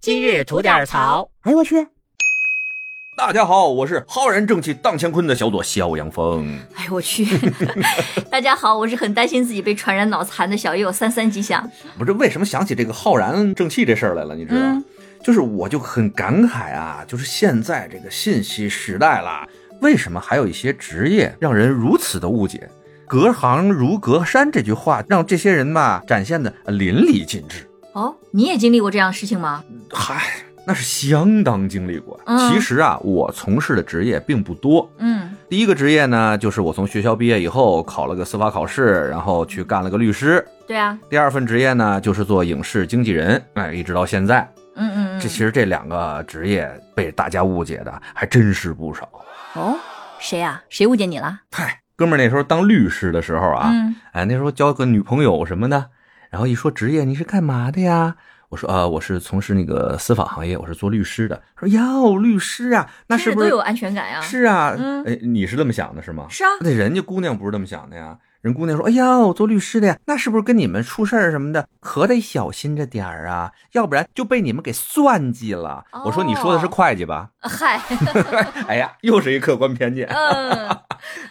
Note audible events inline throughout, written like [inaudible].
今日吐点槽。哎呦我去，大家好，我是浩然正气荡乾坤的小左肖阳峰。哎呦我去！ [laughs] 大家好，我是很担心自己被传染脑残的小右三三吉祥。不是为什么想起这个浩然正气这事儿来了？你知道吗？就是我就很感慨啊，就是现在这个信息时代啦，为什么还有一些职业让人如此的误解？隔行如隔山这句话，让这些人吧展现的淋漓尽致。哦，你也经历过这样的事情吗？嗨，那是相当经历过。嗯其实啊，我从事的职业并不多，嗯第一个职业呢，就是我从学校毕业以后考了个司法考试，然后去干了个律师。对啊，第二份职业呢，就是做影视经纪人，哎，一直到现在。嗯嗯嗯。这其实这两个职业被大家误解的还真是不少。哦，谁啊？谁误解你了？哥们儿那时候当律师的时候啊，嗯哎，那时候交个女朋友什么的，然后一说职业，你是干嘛的呀？我说啊、呃我是从事那个司法行业，我是做律师的。说哟，律师啊，那是听着不是都有安全感呀？是啊，嗯哎，你是这么想的是吗？是啊，那人家姑娘不是这么想的呀。人姑娘说：“哎呀，我做律师的呀，那是不是跟你们出事儿什么的，可得小心着点儿啊，要不然就被你们给算计了。哦我说：“你说的是会计吧 [laughs] 啊嗨，？”哎呀，又是一客观偏见， [laughs] 嗯，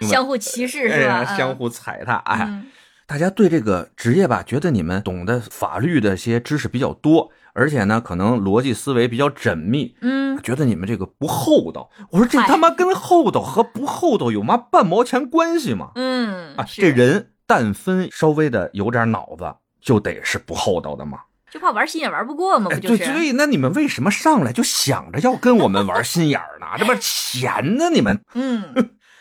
相互歧视哎是呀，吧？相互踩踏。嗯哎，大家对这个职业吧，觉得你们懂得法律的一些知识比较多，而且呢，可能逻辑思维比较缜密，嗯嗯觉得你们这个不厚道。我说这嗨他妈跟厚道和不厚道有妈半毛钱关系吗？嗯啊，是这人但分稍微的有点脑子，就得是不厚道的嘛。就怕玩心也玩不过嘛，哎，不就对，是？所以那你们为什么上来就想着要跟我们玩心眼儿 [laughs] 呢？这不是闲呢？你们，嗯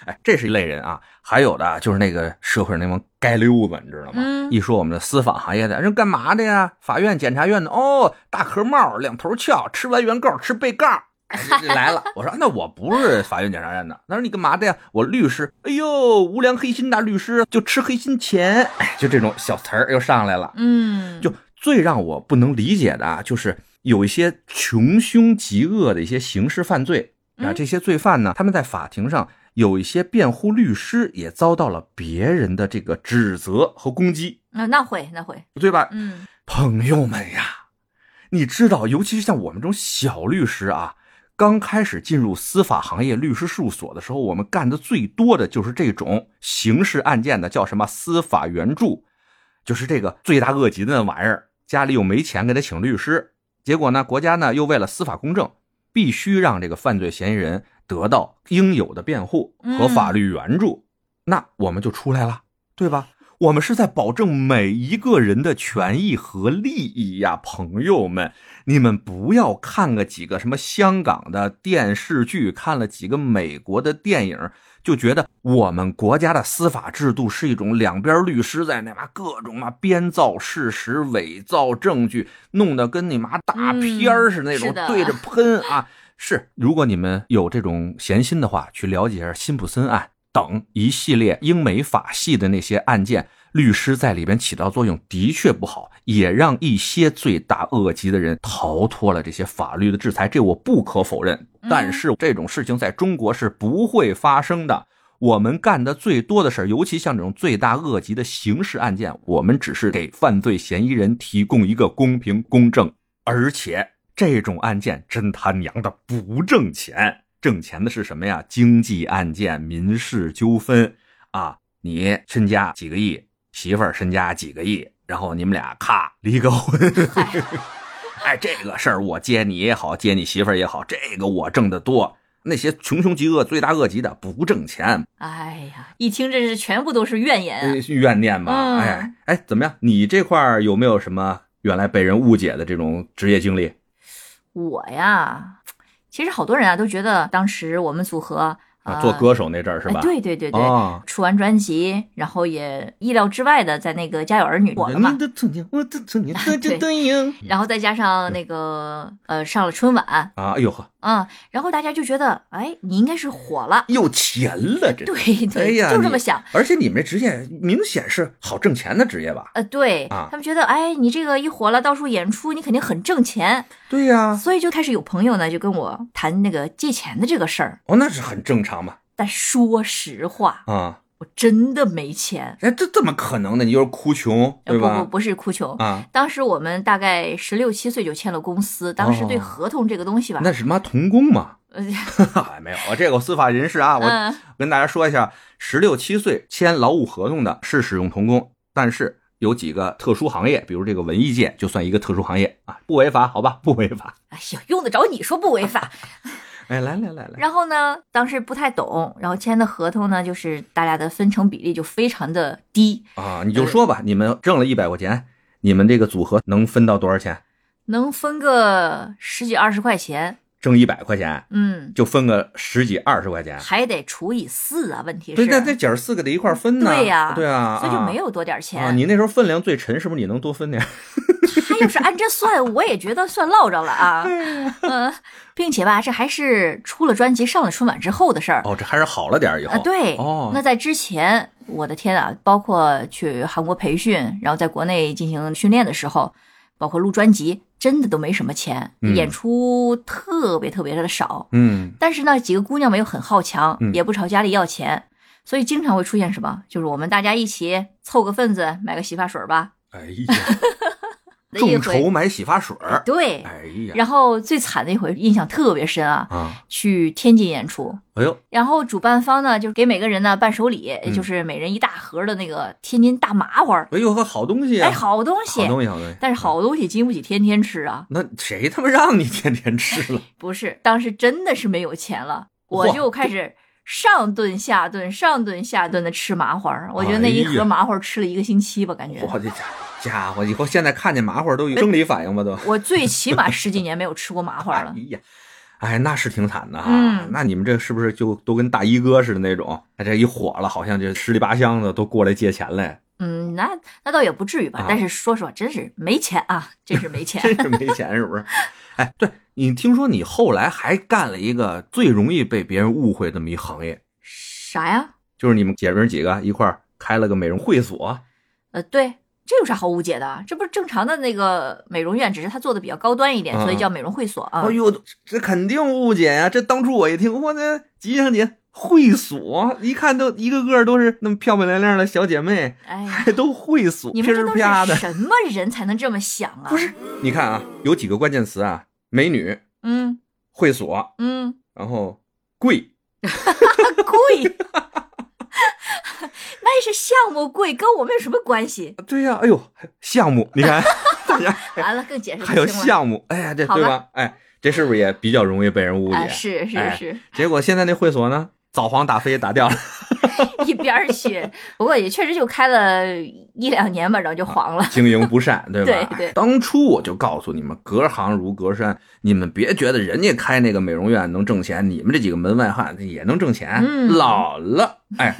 哎，这是一类人啊。还有的就是那个社会上那帮街溜子，你知道吗？嗯一说我们的司法行业的，人干嘛的呀？法院、检察院的，哦，大壳帽，两头翘，吃完原告吃被告。哎这这来了，我说那我不是法院检察院的，他说你干嘛的呀？我律师，哎呦，无良黑心大律师就吃黑心钱，哎，就这种小词儿又上来了。嗯， [laughs] 就最让我不能理解的啊，就是有一些穷凶极恶的一些刑事犯罪啊，嗯这些罪犯呢，他们在法庭上有一些辩护律师也遭到了别人的这个指责和攻击，那嗯那会那会，对吧？嗯朋友们呀，你知道，尤其是像我们这种小律师啊，刚开始进入司法行业律师事务所的时候，我们干的最多的就是这种刑事案件的，叫什么司法援助，就是这个罪大恶极的那玩意儿。家里又没钱给他请律师，结果呢，国家呢又为了司法公正，必须让这个犯罪嫌疑人得到应有的辩护和法律援助，那我们就出来了，对吧？我们是在保证每一个人的权益和利益呀，朋友们，你们不要看个几个什么香港的电视剧，看了几个美国的电影，就觉得我们国家的司法制度是一种两边律师在那嘛各种嘛编造事实、伪造证据，弄得跟你妈大片儿似的那种，嗯是的对着喷啊。是，如果你们有这种闲心的话，去了解一下辛普森案等一系列英美法系的那些案件，律师在里边起到作用的确不好，也让一些罪大恶极的人逃脱了这些法律的制裁，这我不可否认。但是这种事情在中国是不会发生的。我们干的最多的事儿，尤其像这种罪大恶极的刑事案件，我们只是给犯罪嫌疑人提供一个公平公正，而且这种案件真他娘的不挣钱，挣钱的是什么呀？经济案件、民事纠纷啊，你身家几个亿，媳妇儿身家几个亿，然后你们俩咔离个婚。哎，这个事儿我接你也好，接你媳妇儿也好，这个我挣得多。那些穷凶极恶、罪大恶极的不挣钱，哎呀，一听这是全部都是怨言啊呃怨念嘛。嗯哎哎，怎么样？你这块儿有没有什么原来被人误解的这种职业经历？我呀，其实好多人啊都觉得当时我们组合啊，呃做歌手那阵儿是哎吧？对对对对，啊，出完专辑，然后也意料之外的在那个《家有儿女》火了嘛，啊的曾经，我的曾经，对这灯影然后再加上那个呃上了春晚，啊，哎呦呵，嗯，然后大家就觉得，哎，你应该是火了， [laughs] 有钱了，这。对哎对，呀，就这你么想。。而且你们这职业明显是好挣钱的职业吧？呃，对、啊他们觉得，哎，你这个一火了，到处演出，你肯定很挣钱，对呀，所以就开始有朋友呢就跟我谈那个借钱的这个事儿。哦，那是很正常嘛。但说实话，啊，我真的没钱。哎，这怎么可能呢？你就是哭穷，呃对不不吧？不是哭穷，啊，当时我们大概十六七岁就签了公司，当时对哦合同这个东西吧，那是妈童工嘛？ [laughs] 呃哎，没有，我这个司法人士啊，我嗯，跟大家说一下，十六七岁签劳务合同的是使用童工，但是有几个特殊行业，比如这个文艺界就算一个特殊行业啊，不违法，好吧？ [laughs] 不违法。哎呀，用得着你说不违 [laughs] 法？哎，来来来来，然后呢，当时不太懂，然后签的合同呢，就是大家的分成比例就非常的低，啊，你就说吧，你们挣了一百块钱，你们这个组合能分到多少钱？能分个十几二十块钱，挣一百块钱嗯，就分个十几二十块钱，还得除以四啊，问题对，是，那这姐儿四个得一块儿分呢，对呀对啊，所以就没有有多点钱。啊。你那时候分量最沉，是不是？你能多分点儿？ [laughs] 他要是按这算，我也觉得算落着 [laughs] 了啊。嗯，并且吧，这还是出了专辑、上了春晚之后的事儿。哦，这还是好了点儿以后啊，对，哦那在之前，我的天啊，包括去韩国培训，然后在国内进行训练的时候，包括录专辑，真的都没什么钱，嗯演出特别特别的少。嗯，但是呢，几个姑娘们又很好强，嗯也不朝家里要钱，所以经常会出现什么，就是我们大家一起凑个份子买个洗发水吧。哎呀， [laughs] 那一众回，啊筹买洗发水儿，对，哎呀，然后最惨的一回印象特别深啊，啊，去天津演出，哎呦，然后主办方呢就给每个人呢伴手礼，嗯就是每人一大盒的那个天津大麻花儿，哎呦呵，好东西啊，哎，好东西，好东西，好东西。但是好东西经不起天天吃啊，那谁他妈让你天天吃了？不是，当时真的是没有钱了，我哇就开始。上顿下顿，上顿下顿的吃麻花儿，我觉得那一哎呀盒麻花儿吃了一个星期吧，感觉我这家家伙，以后现在看见麻花都有哎生理反应吧都。我最起码十几年没有吃过麻花儿哎 [laughs] 了。呀，哎，那是挺惨的啊。嗯那你们这是不是就都跟大衣哥似的那种？哎，这一火了，好像这十里八乡的都过来借钱 [laughs] 来，嗯，那那倒也不至于吧啊，但是说实话，真是没钱啊，真是没钱。 [laughs] 真是没钱是不是？哎，对你听说你后来还干了一个最容易被别人误会的这么一行业，啥呀？就是你们姐妹几个一块儿开了个美容会所。呃，对，这有啥好误解的？啊这不是正常的那个美容院，只是它做的比较高端一点，嗯所以叫美容会所啊。哎呦，这肯定误解呀、这当初我一听，我这吉祥姐会所，一看都一个个都是那么漂漂亮亮的小姐妹，哎呀，还都会所，你噼们这里都啪是的。什么人才能这么想 [laughs] 啊？不是，你看啊，有几个关键词啊：美女、嗯会所，嗯，然后贵。贵， [laughs] 那是项目贵，跟我们有什么关系？对呀、哎呦，还项 [laughs] 目，你看，大家还完了，更解释不还有清了。项目，哎呀，这好吧对啊吧？哎，这是不是也比较容易被人误解？啊，是是哎是，结果现在那会所呢，早黄打飞打掉了。一边儿去。不过也确实就开了一两年吧，然后就黄了。经营不 [laughs] 善，对吧？对对当初我就告诉你们，隔行如隔山，你们别觉得人家开那个美容院能挣钱，你们这几个门外汉也能挣钱。嗯老了， [laughs] 哎，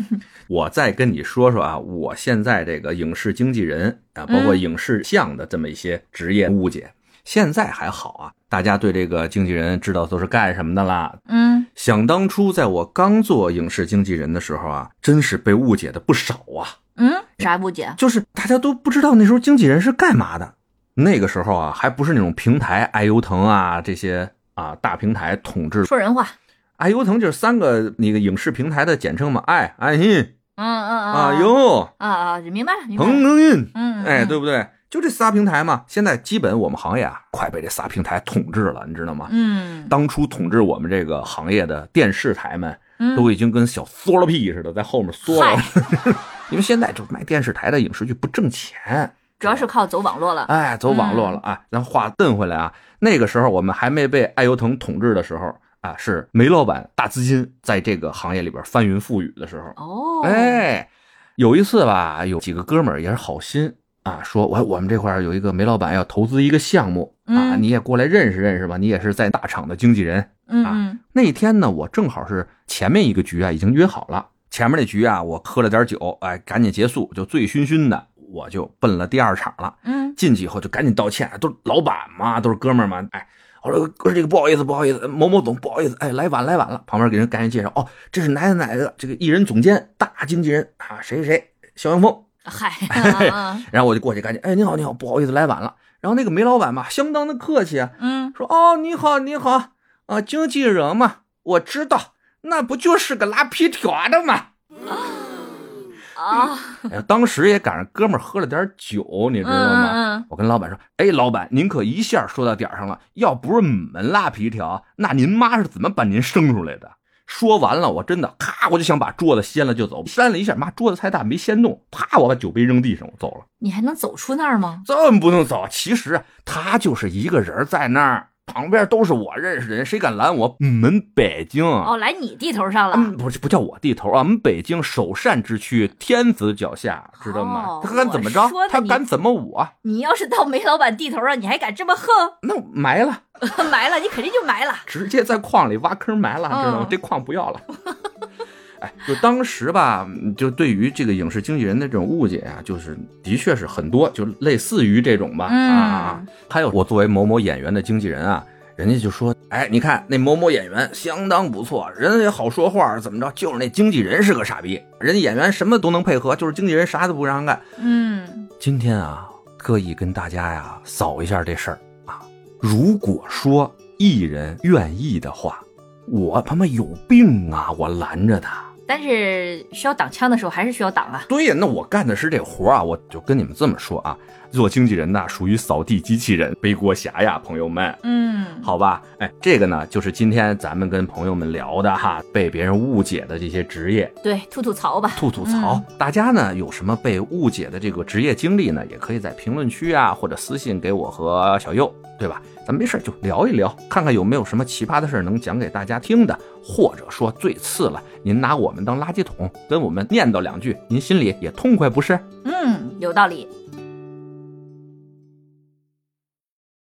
我再跟你说说啊，我现在这个影视经纪人啊，包括嗯影视像的这么一些职业误解，现在还好啊，大家对这个经纪人知道都是干什么的啦。嗯，想当初，在我刚做影视经纪人的时候啊，真是被误解的不少啊。嗯，啥不解？就是大家都不知道那时候经纪人是干嘛的。那个时候啊，还不是那种平台，爱优腾啊这些啊大平台统治。说人话。爱优腾就是三个那个影视平台的简称嘛，爱爱信嗯嗯嗯。啊嗯优啊啊，明白了，明白腾了。腾讯，嗯，哎，嗯对，不对？就这仨平台嘛。现在基本我们行业啊，快被这仨平台统治了，你知道吗？嗯，当初统治我们这个行业的电视台们，嗯都已经跟小缩了屁似的，在后面缩了嗨， [laughs] 因为现在就卖电视台的影视剧不挣钱，主要是靠走网络了。哎，走网络了嗯啊！咱话瞪回来啊，那个时候我们还没被爱优腾统治的时候啊，是煤老板大资金在这个行业里边翻云覆雨的时候。哦，，哎，有一次吧，有几个哥们儿也是好心啊，说我我们这块儿有一个煤老板要投资一个项目啊，嗯你也过来认识认识吧，你也是在大厂的经纪人，嗯啊嗯那天呢，我正好是前面一个局啊，已经约好了。前面那局啊，我喝了点酒，哎，赶紧结束，就醉醺醺的，我就奔了第二场了。嗯进去以后就赶紧道歉，都是老板嘛，都是哥们儿嘛，哎，我说哥这个不好意思，不好意思，某某总不好意思，哎，来晚来晚了。旁边给人赶紧介绍，哦，这是奶奶奶的这个艺人总监，大经纪人啊，谁谁谁，肖阳峰。嗨，哎啊啊然后我就过去赶紧，哎，您好您好，不好意思来晚了。然后那个煤老板吧，相当的客气啊，嗯，说：“哦，你好，你好，啊，经纪人嘛，我知道，那不就是个拉皮条的嘛。”啊， [laughs] 哎呀，当时也赶上哥们儿喝了点酒，你知道吗？嗯嗯嗯，我跟老板说，哎，老板，您可一下说到点儿上了，要不是你们拉皮条，那您妈是怎么把您生出来的？说完了，我真的咔，我就想把桌子掀了就走，扇了一下，妈，桌子太大没掀动，啪，我把酒杯扔地上，我走了。你还能走出那儿吗？这么不能走？其实啊他就是一个人在那儿，旁边都是我认识的人，谁敢拦我？你们北京啊，哦，来你地头上了，嗯，不是不叫我地头啊，我们北京首善之区，天子脚下，知道吗？哦他敢怎么着我说的？他你敢怎么我？你要是到煤老板地头上，你还敢这么横 [laughs] 那我埋了，埋了，你肯定就埋了。直接在矿里挖坑埋了，知道吗嗯？这矿不要了。 [laughs] 哎，就当时吧，嗯就对于这个影视经纪人的这种误解啊，就是的确是很多，就类似于这种吧、嗯啊。还有我作为某某演员的经纪人啊，人家就说，哎，你看那某某演员相当不错，人也好说话，怎么着？就是那经纪人是个傻逼，人家演员什么都能配合，就是经纪人啥都不让干。嗯，今天啊，特意跟大家呀扫一下这事儿啊。如果说艺人愿意的话，我他妈有病啊！我拦着他。但是需要挡枪的时候还是需要挡啊。对呀，那我干的是这活儿啊，我就跟你们这么说啊，做经纪人呐，属于扫地机器人、背锅侠呀，朋友们。嗯，好吧，哎，这个呢，就是今天咱们跟朋友们聊的哈，被别人误解的这些职业，对，吐吐槽吧。吐吐槽。大家呢有什么被误解的这个职业经历呢？也可以在评论区啊，或者私信给我和小右，对吧？咱没事儿就聊一聊，看看有没有什么奇葩的事儿能讲给大家听的，或者说最次了，您拿我们当垃圾桶，跟我们念叨两句，您心里也痛快不是？嗯，有道理。